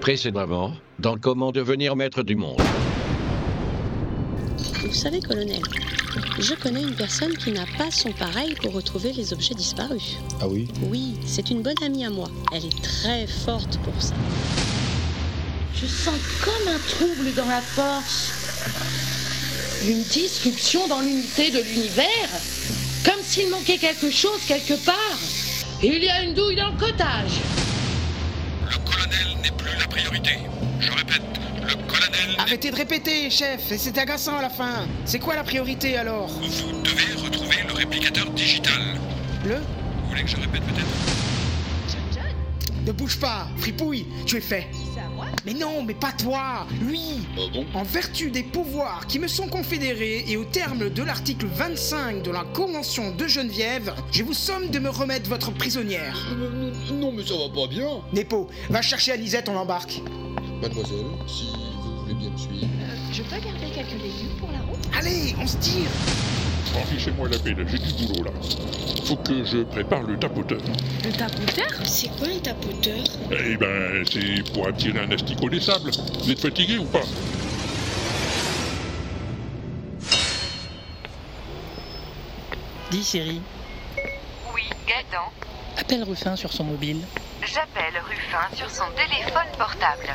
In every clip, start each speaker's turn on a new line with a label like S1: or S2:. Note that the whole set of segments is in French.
S1: précédemment dans Comment devenir maître du monde.
S2: Vous savez, colonel, je connais une personne qui n'a pas son pareil pour retrouver les objets disparus.
S3: Ah oui
S2: Oui, c'est une bonne amie à moi. Elle est très forte pour ça.
S4: Je sens comme un trouble dans la force. Une disruption dans l'unité de l'univers. Comme s'il manquait quelque chose quelque part. Il y a une douille dans le cottage.
S5: Le colonel n'est plus la priorité. Je répète, le colonel.
S6: Arrêtez de répéter, chef, et c'est agaçant à la fin. C'est quoi la priorité alors
S5: Vous devez retrouver le réplicateur digital.
S6: Le
S5: Vous voulez que je répète peut-être
S6: Ne bouge pas, fripouille, tu es fait. Mais non, mais pas toi, lui En vertu des pouvoirs qui me sont confédérés et au terme de l'article 25 de la Convention de Geneviève, je vous somme de me remettre votre
S7: Euh,
S6: prisonnière.
S8: Non, mais ça va pas bien.
S6: Nepo, va chercher Anisette, on l'embarque.
S8: Mademoiselle, si vous voulez bien me suivre.
S9: Je peux garder quelques légumes pour la route
S6: Allez, on se tire
S10: Affichez-moi la pelle, j'ai du boulot là. Faut que je prépare le tapoteur.
S4: Le tapoteur
S9: C'est quoi un tapoteur
S10: Eh ben, c'est pour attirer un asticot des sables. Vous êtes fatigué ou pas
S11: Dis Siri,
S12: Oui, Gaëtan.
S11: appelle Ruffin sur son mobile.
S12: J'appelle Ruffin sur son téléphone portable.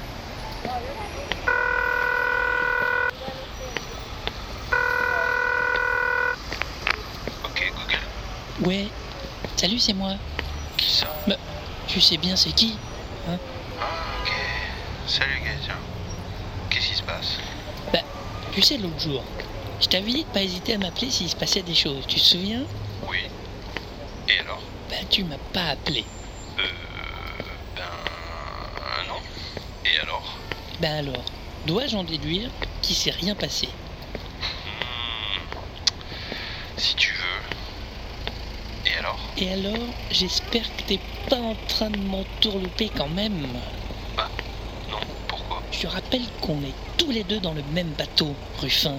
S5: Ok, Google.
S11: Ouais. Salut, c'est moi.
S5: Qui ça Ah,
S11: Bah, tu sais bien c'est qui hein.
S5: Ok. Salut, Gaëtan. Qu'est-ce qui se passe
S11: Bah, tu sais l'autre jour, je t'avais dit de pas hésiter à m'appeler s'il se passait des choses. Tu te souviens
S5: Oui. Et alors Euh,
S11: Bah, tu m'as pas appelé.
S5: Ben. Non. Et alors
S11: Bah alors, dois-je en déduire qu'il s'est rien passé
S5: Si tu veux. Et alors
S11: Et alors, j'espère que t'es pas en train de m'entourlouper quand même.
S5: Bah, Non, pourquoi
S11: Je te rappelle qu'on est tous les deux dans le même bateau, Ruffin.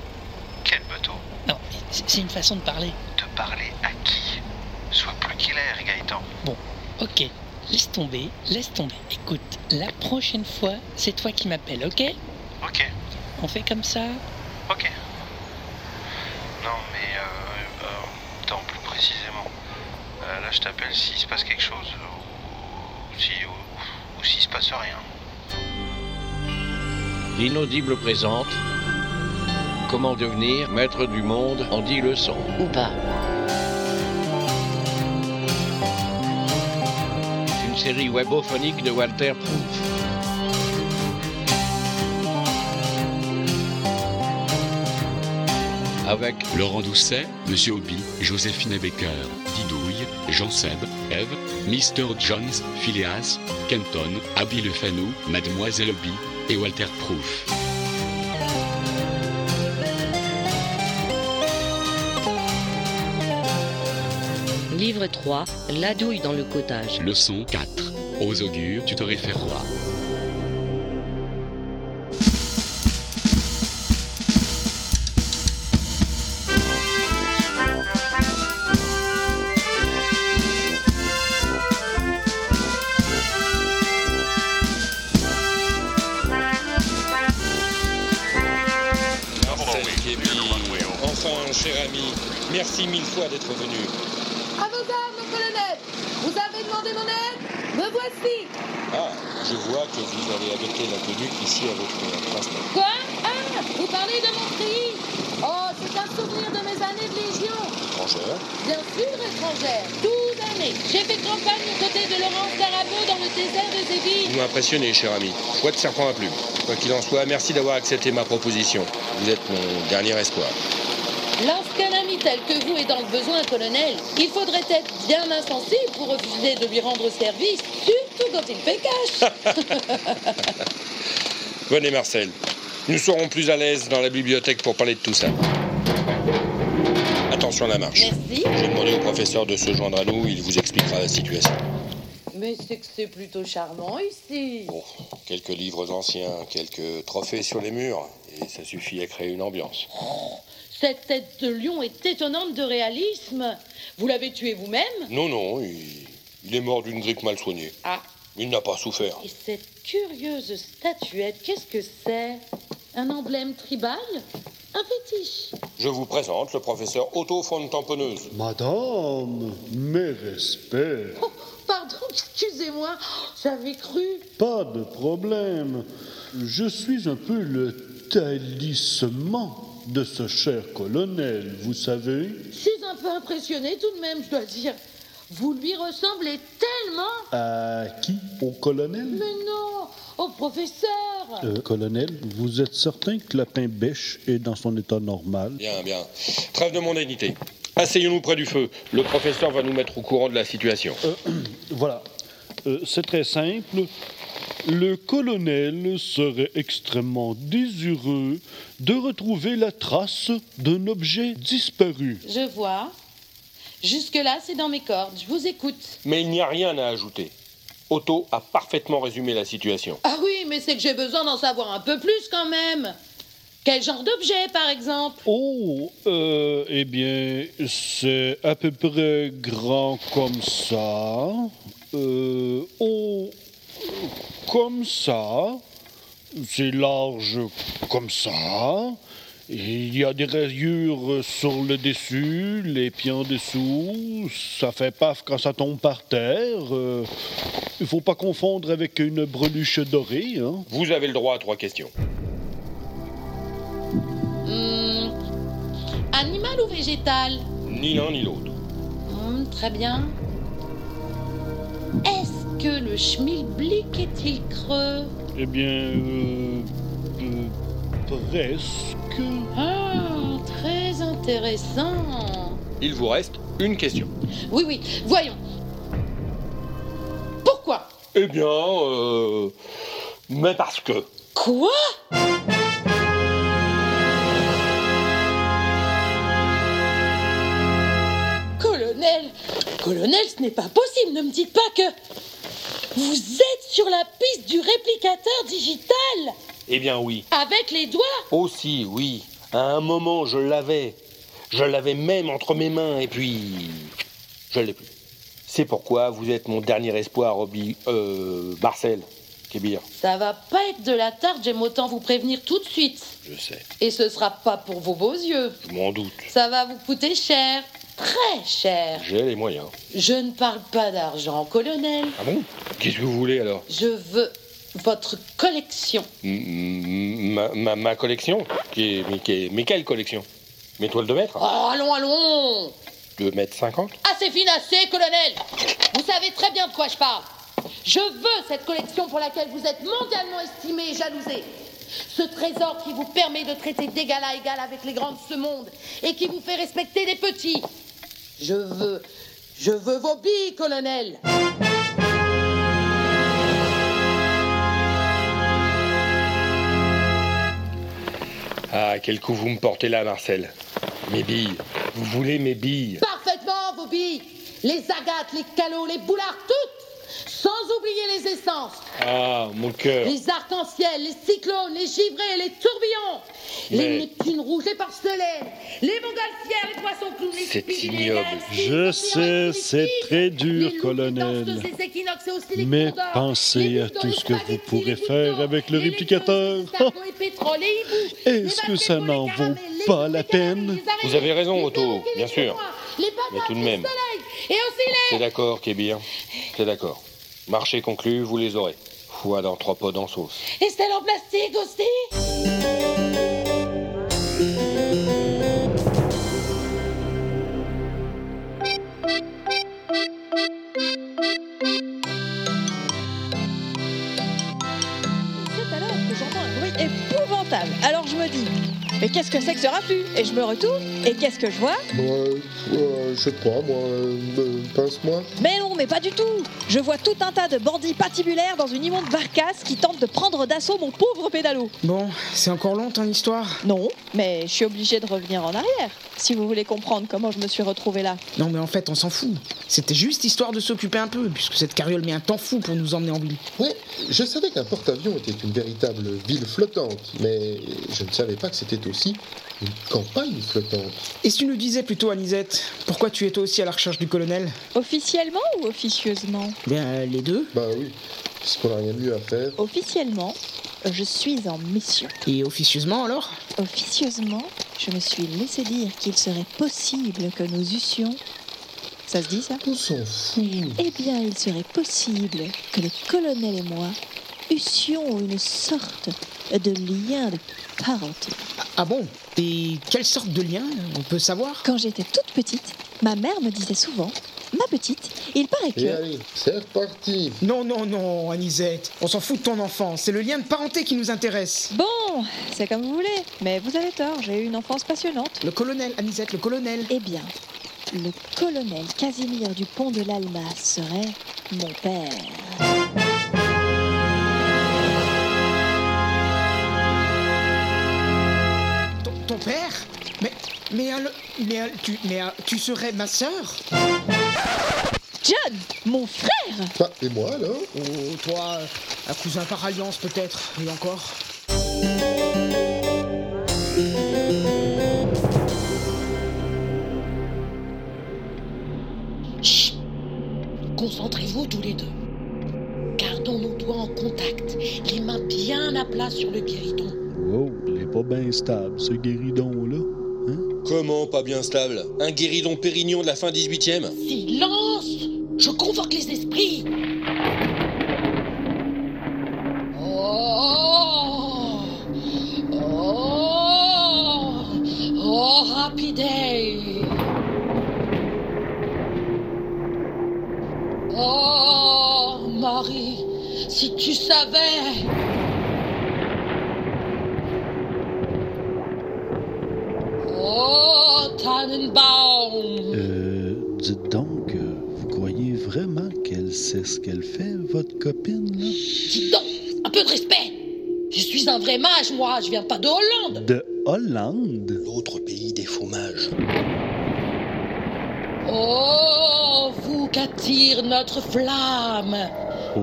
S5: Quel bateau
S11: Non, c'est c'est une façon de parler.
S5: De parler à qui Sois plus clair, Gaëtan.
S11: Ok, laisse tomber, laisse tomber. Écoute, la prochaine fois, c'est toi qui m'appelles, ok
S5: Ok,
S11: On fait comme ça
S5: ok. Non, mais. Euh, euh, attends, plus précisément. Euh, là, je t'appelle s'il se passe quelque chose. Ou, ou si, ou, ou s'il se passe rien.
S1: L'inaudible présente Comment devenir maître du monde en 10 leçons.
S4: Ou pas
S1: Une série webophonique de Walter Proof. Avec
S13: Laurent Doucet, Monsieur Hobby, Joséphine Baker, Didouille, Jean Seb, Eve, Mr. Jones, Phileas, Kenton, Abby Le Fanou, Mademoiselle Hobby et Walter Proof.
S4: Livre 3, La douille dans le cottage.
S13: Leçon 4. Aux augures, tu te référeras.
S7: Enfin, cher ami, merci mille fois d'être venu.
S4: À vos armes, mon colonel Vous avez demandé mon aide Me voici
S7: Ah, je vois que vous avez adopté la tenue ici à votre place.
S4: Quoi Ah Vous parlez de mon pays Oh, c'est un souvenir de mes années de Légion
S7: étrangère.
S4: Bien sûr, étrangère, 12 années J'ai fait campagne aux côtés de Laurence Darabeau dans le désert de Zéville
S7: Vous m'impressionnez, cher ami. Quoi de serpent à plume. Quoi qu'il en soit, merci d'avoir accepté ma proposition. Vous êtes mon dernier espoir.
S4: Lorsqu'un ami tel que vous est dans le besoin, colonel, il faudrait être bien insensible pour refuser de lui rendre service, surtout quand il fait cash
S7: Venez, Marcel. Nous serons plus à l'aise dans la bibliothèque pour parler de tout ça. Attention à la marche.
S4: Merci
S7: J'ai demandé au professeur de se joindre à nous, il vous expliquera la situation.
S4: Mais c'est que c'est plutôt charmant ici
S7: Bon, quelques livres anciens, quelques trophées sur les murs, et ça suffit à créer une ambiance.
S4: Cette tête de lion est étonnante de réalisme. Vous l'avez tué vous-même
S7: Non, non, il, il est mort d'une grippe mal soignée.
S4: Ah,
S7: Il n'a pas souffert.
S4: Et cette curieuse statuette, qu'est-ce que c'est Un emblème tribal Un fétiche
S7: Je vous présente le professeur Otto von Tamponneuse.
S11: Madame, mes respects.
S4: Oh, pardon, excusez-moi, j'avais cru.
S11: Pas de problème. Je suis un peu le talisman de ce cher colonel, vous savez.
S4: Je suis un peu impressionnée tout de même, je dois dire. Vous lui ressemblez tellement
S11: À qui Au colonel
S4: Mais non, au professeur
S11: Euh, colonel, vous êtes certain que Lapin Bêche est dans son état normal
S7: Bien, bien. Trêve de mondanité. Asseyons-nous près du feu. Le professeur va nous mettre au courant de la situation.
S11: Voilà. Euh, c'est très simple. Le colonel serait extrêmement désireux de retrouver la trace d'un objet disparu.
S4: Je vois. Jusque-là, c'est dans mes cordes. Je vous écoute.
S7: Mais il n'y a rien à ajouter. Otto a parfaitement résumé la situation.
S4: Ah oui, mais c'est que j'ai besoin d'en savoir un peu plus quand même. Quel genre d'objet, par exemple
S11: Oh, euh, eh bien, c'est à peu près grand comme ça. Euh, oh, comme ça. C'est large comme ça. Il y a des rayures sur le dessus, les pieds en dessous. Ça fait paf quand ça tombe par terre. Euh, Il faut pas confondre avec une breluche dorée. Hein.
S7: Vous avez le droit à trois questions.
S4: Hmm, Animal ou végétal
S7: Ni l'un ni l'autre.
S4: Hmm, Très bien. Est-ce que le schmilblick est-il creux
S11: Eh bien, euh, euh, presque.
S4: Ah, très intéressant.
S7: Il vous reste une question.
S4: Oui, oui, voyons. Pourquoi
S7: Eh bien, euh, mais parce que.
S4: Quoi Colonel Colonel, ce n'est pas possible, ne me dites pas que... Vous êtes sur la piste du réplicateur digital
S7: Eh bien oui.
S4: Avec les doigts
S7: Aussi, oui. À un moment, je l'avais. Je l'avais même entre mes mains, et puis. Je l'ai plus. C'est pourquoi vous êtes mon dernier espoir, Roby. Euh. Marcel. Kébir.
S4: Ça va pas être de la tarte, j'aime autant vous prévenir tout de suite.
S7: Je sais.
S4: Et ce sera pas pour vos beaux yeux.
S7: Je m'en doute.
S4: Ça va vous coûter cher. Très cher.
S7: J'ai les moyens.
S4: Je ne parle pas d'argent, colonel.
S7: Ah bon Qu'est-ce que vous voulez alors
S4: Je veux votre collection.
S7: M- ma, ma- ma collection qui est- mais, qui est- mais quelle collection Mes toiles de maître
S4: Oh, allons, allons
S7: De mètre cinquante
S4: Assez fine, assez, ah, colonel Vous savez très bien de quoi je parle. Je veux cette collection pour laquelle vous êtes mondialement estimé et jalousé. Ce trésor qui vous permet de traiter d'égal à égal avec les grands de ce monde et qui vous fait respecter les petits. Je veux. Je veux vos billes, colonel
S7: Ah, quel coup vous me portez là, Marcel Mes billes. Vous voulez mes billes
S4: Parfaitement, vos billes Les agates, les calots, les boulards, toutes Sans oublier les essences
S7: Ah, mon cœur.
S4: Les arcs-en-ciel, les cyclones, les givrés, les tourbillons, les
S7: Mais-
S4: neptunes rouges, les porcelaines, les montgolfières, les poissons clous, les
S11: C'est
S4: spirules, les
S11: ignoble.
S4: galaxies,
S11: Je sais, c'est très dur, colonel.
S4: les équinoxes et aussi les
S11: Mais
S4: condors,
S11: pensez à tout ce que vous pourrez faire avec le réplicateur.
S4: les pétroles, les hiboux,
S11: Est-ce que ça n'en vaut pas la peine
S7: Vous avez raison, Otto, bien sûr.
S4: les
S7: Mais
S4: patates,
S7: tout de
S4: le
S7: même.
S4: soleil et aussi les...
S7: C'est d'accord, Kébir. C'est d'accord. Marché conclu, vous les aurez. Fois dans trois pots en sauce.
S4: Et celles en plastique aussi
S2: C'est alors que j'entends un bruit épouvantable. Alors je me dis, mais qu'est-ce que c'est que ce raffut Et je me retourne, et qu'est-ce que je vois
S8: Moi, euh, je sais pas, moi, euh, euh, pince-moi.
S2: Mais non, mais pas du tout Je vois tout un tas de bandits patibulaires dans une immonde barcasse qui tentent de prendre d'assaut mon pauvre pédalo.
S6: Bon, c'est encore long ton histoire
S2: Non, mais je suis obligée de revenir en arrière, si vous voulez comprendre comment je me suis retrouvée là.
S6: Non mais en fait on s'en fout. C'était juste histoire de s'occuper un peu, puisque cette carriole met un temps fou pour nous emmener en ville.
S8: Ouais, je savais qu'un porte-avions était une véritable ville flottante, mais je ne savais pas que c'était aussi une campagne flottante.
S6: Et si tu nous disais plutôt, Anisette, pourquoi tu es toi aussi à la recherche du colonel
S2: Officiellement ou officieusement
S6: Bien, Ben, les deux.
S8: Bah oui, puisqu'on n'a rien de mieux à faire.
S2: Officiellement, euh, je suis en mission.
S6: Et officieusement alors
S2: Officieusement, je me suis laissé dire qu'il serait possible que nous eussions. Ça se dit ça
S8: On s'en fout.
S2: Eh bien, il serait possible que le colonel et moi eussions une sorte de lien de parenté.
S6: Ah bon Et quelle sorte de lien On peut savoir
S2: Quand j'étais toute petite, ma mère me disait souvent, ma petite, il paraît
S8: Et
S2: que...
S8: allez, c'est reparti.
S6: Non, non, non, Anisette, on s'en fout de ton enfant, c'est le lien de parenté qui nous intéresse.
S2: Bon, c'est comme vous voulez, mais vous avez tort, j'ai eu une enfance passionnante.
S6: Le colonel, Anisette, le colonel.
S2: Eh bien, le colonel Casimir du pont de l'Alma serait mon père.
S6: Ton, ton père Mais, mais, alors- mais, alors, tu, mais alors, tu serais ma sœur
S2: John, mon frère
S8: Bah, et moi alors
S6: Oh, toi, euh, un cousin par alliance peut-être, et encore
S4: Chut Concentrez-vous tous les deux. Gardons nos doigts en contact, les mains bien à plat sur le guéridon.
S14: Wow, il est pas bien stable, ce guéridon-là.
S7: Comment pas bien stable Un guéridon pérignon de la fin 18e
S4: Silence Je convoque les esprits Oh Oh Oh Rapidae Oh Marie Si tu savais Oh Tannenbaum
S14: Euh, dites donc, euh, vous croyez vraiment qu'elle sait ce qu'elle fait, votre copine, là?
S4: Dis donc, un peu de respect Je suis un vrai mage, moi, je viens pas de Hollande
S14: De Hollande?
S7: L'autre pays des fromages.
S4: Oh, vous qu'attire notre flamme
S14: Oh,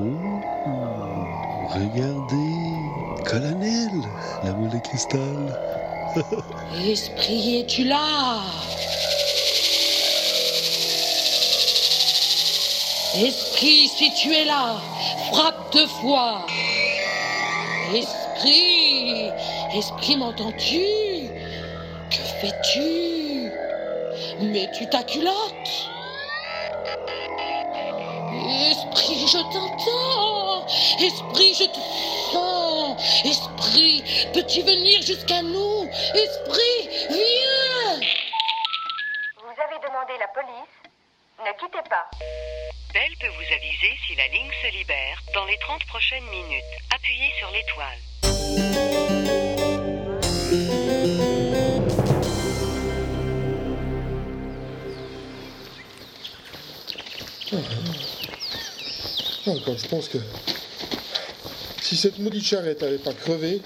S14: regardez, colonel, la boule de cristal.
S4: Esprit, es-tu là Esprit, si tu es là, frappe deux fois Esprit Esprit, m'entends-tu Que fais-tu Mets-tu ta culotte Esprit, je t'entends. Esprit, je te sens. Esprit, peux-tu venir jusqu'à nous Esprit, viens
S5: Vous avez demandé la police Ne quittez pas.
S15: Belle peut vous aviser si la ligne se libère dans les 30 prochaines minutes. Appuyez sur l'étoile.
S8: Ah, quand je pense que si cette maudite charrette avait pas crevé,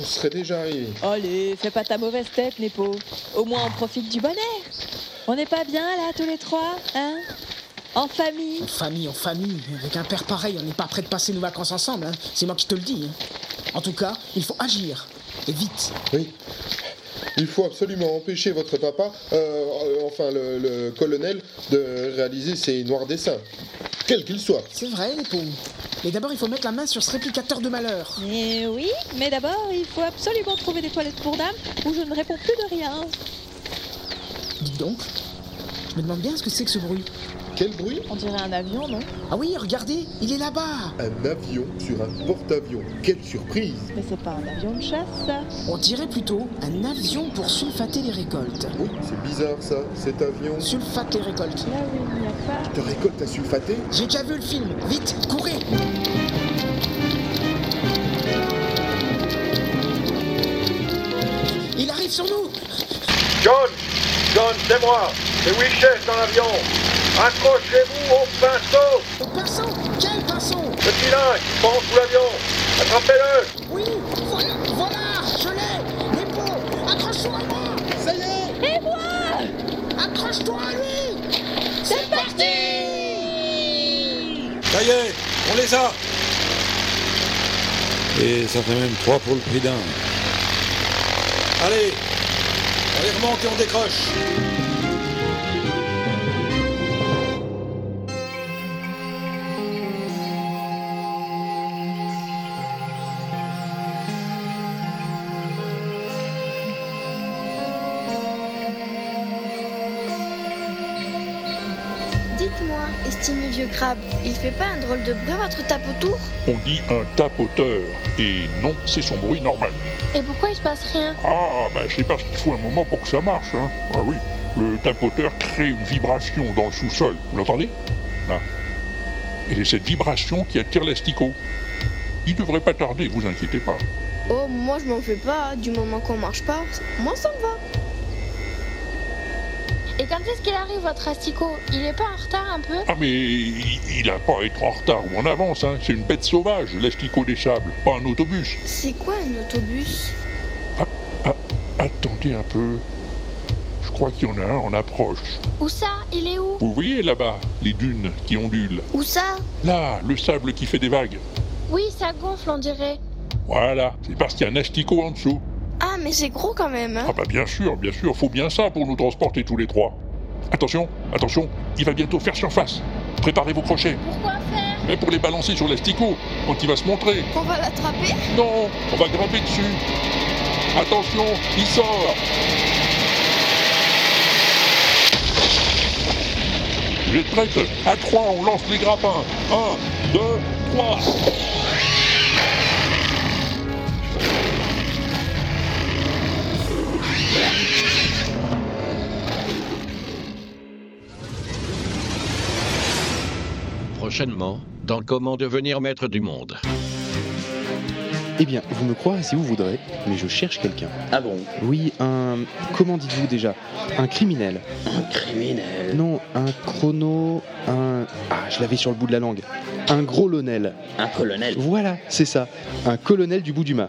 S8: on serait déjà arrivé.
S2: Allez, fais pas ta mauvaise tête, Nepo. Au moins, on profite du bon air. On n'est pas bien, là, tous les trois, hein En famille.
S6: En famille, en famille, hein. avec un père pareil, on n'est pas prêt de passer nos vacances ensemble, hein. c'est moi qui te le dis. hein. En tout cas, il faut agir, et vite.
S8: Oui. Il faut absolument empêcher votre papa, euh, euh, enfin le, le colonel, de réaliser ses noirs dessins, quels qu'ils soient.
S6: C'est vrai, les pauvres. Mais d'abord, il faut mettre la main sur ce réplicateur de malheur.
S2: Eh oui, mais d'abord, il faut absolument trouver des toilettes pour dames où je ne réponds plus de rien.
S6: Dites donc, je me demande bien ce que c'est que ce bruit.
S8: Quel bruit
S2: On dirait un avion, non
S6: Ah oui, regardez, il est là-bas.
S8: Un avion sur un porte-avions. Quelle surprise
S2: Mais c'est pas un avion de chasse, ça.
S6: On dirait plutôt un avion pour sulfater les récoltes.
S8: Oh, c'est bizarre ça, cet avion.
S6: Sulfate les récoltes.
S2: Là où il n'y a pas.
S8: De récolte à sulfater
S6: J'ai déjà vu le film. Vite, courez Il arrive sur nous
S16: John John, c'est moi C'est Wilchef dans l'avion Accrochez-vous au pinceau
S6: Au pinceau Quel pinceau
S16: Le cylindre qui pend sous l'avion Attrapez-le
S6: Oui Voilà Voilà Je l'ai Les pauvres Accroche-toi à moi Ça y est
S2: Et moi
S6: Accroche-toi à lui
S2: C'est parti
S17: Ça y est, on les a Et ça fait même trois pour le prix d'un.
S7: Allez, on les remonte et on décroche.
S2: Dites-moi, estimé vieux crabe, il fait pas un drôle de bruit votre tape autour
S10: On dit un tapoteur. Et non, c'est son bruit normal.
S2: Et pourquoi il se passe rien
S10: Ah, bah c'est parce qu'il faut un moment pour que ça marche, hein. Ah oui, le tapoteur crée une vibration dans le sous-sol. Vous l'entendez Là. Et c'est cette vibration qui attire l'asticot. Il devrait pas tarder, vous inquiétez pas.
S2: Oh, moi je m'en fais pas, du moment qu'on marche pas, moi ça me va. Et quand est-ce qu'il arrive votre asticot Il est pas en retard un peu
S10: Ah mais il il a pas à être en retard ou en avance, hein. C'est une bête sauvage, l'asticot des sables, pas un autobus. Ah,
S2: C'est quoi un autobus
S10: Attendez un peu. Je crois qu'il y en a un en approche.
S2: Où ça Il est où
S10: Vous voyez là-bas, les dunes qui ondulent.
S2: Où ça
S10: Là, le sable qui fait des vagues.
S2: Oui, ça gonfle on dirait.
S10: Voilà, c'est parce qu'il y a un asticot en dessous.
S2: Ah mais c'est gros quand même. hein.
S10: Ah bah bien sûr, bien sûr, faut bien ça pour nous transporter tous les trois. Attention, attention, il va bientôt faire surface. Préparez vos crochets.
S2: Pourquoi faire
S10: Mais pour les balancer sur l'asticot, quand il va se montrer.
S2: On va l'attraper
S10: Non, on va grimper dessus. Attention, il sort Vous êtes prête À trois, on lance les grappins. Un, deux, trois
S1: Prochainement, dans Comment devenir maître du monde.
S6: Eh bien, vous me croirez si vous voudrez, mais je cherche quelqu'un. Ah bon Oui, un. Comment dites-vous déjà Un criminel. Un criminel Non, un chrono. Un. Ah, je l'avais sur le bout de la langue. Un gros lonel. Un colonel Voilà, c'est ça. Un colonel du bout du mât.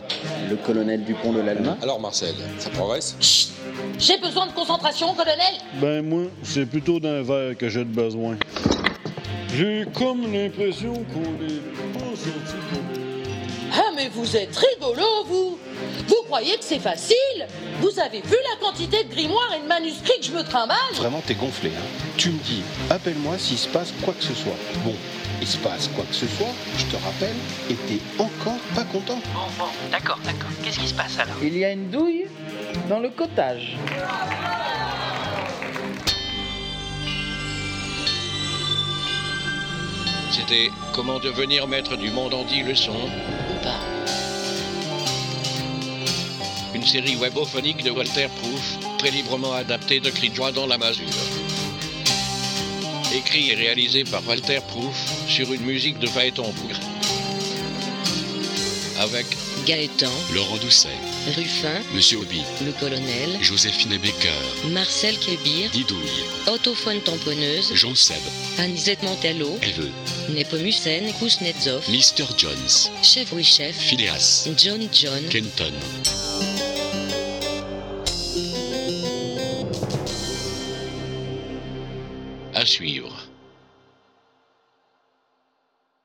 S6: Le colonel du pont de l'Alma
S7: Alors Marcel, ça progresse
S4: J'ai besoin de concentration, colonel
S18: Ben moi, c'est plutôt d'un verre que j'ai de besoin. J'ai comme l'impression qu'on est pas sorti de-
S4: Ah mais vous êtes rigolo, vous Vous croyez que c'est facile Vous avez vu la quantité de grimoires et de manuscrits que je me trimballe
S19: Vraiment, t'es gonflé. Hein. Tu me dis, appelle-moi s'il se passe quoi que ce soit. Bon, il se passe quoi que ce soit, je te rappelle, et t'es encore pas content.
S5: Bon, bon, d'accord, d'accord. Qu'est-ce qui se passe alors
S20: Il y a une douille dans le cottage.
S1: C'était Comment devenir maître du monde en 10 leçons ou pas. Une série webophonique de Walter Proof, très librement adaptée de Cri de joie dans la masure. Écrit et réalisé par Walter Proof sur une musique de Gaëtan Bougre. Avec
S21: Gaëtan,
S22: Laurent Doucet,
S21: Ruffin,
S22: Monsieur Obi,
S21: le colonel,
S22: Joséphine Baker,
S21: Marcel Kébir,
S22: Didouille,
S21: Autophone tamponneuse,
S22: Jean Seb,
S21: Anisette Mantello,
S22: Eve,
S21: Nepomucène, Kuznetsov,
S22: Mister Jones,
S21: Chef oui chef,
S22: Phileas,
S21: John John,
S22: Kenton.
S1: à suivre.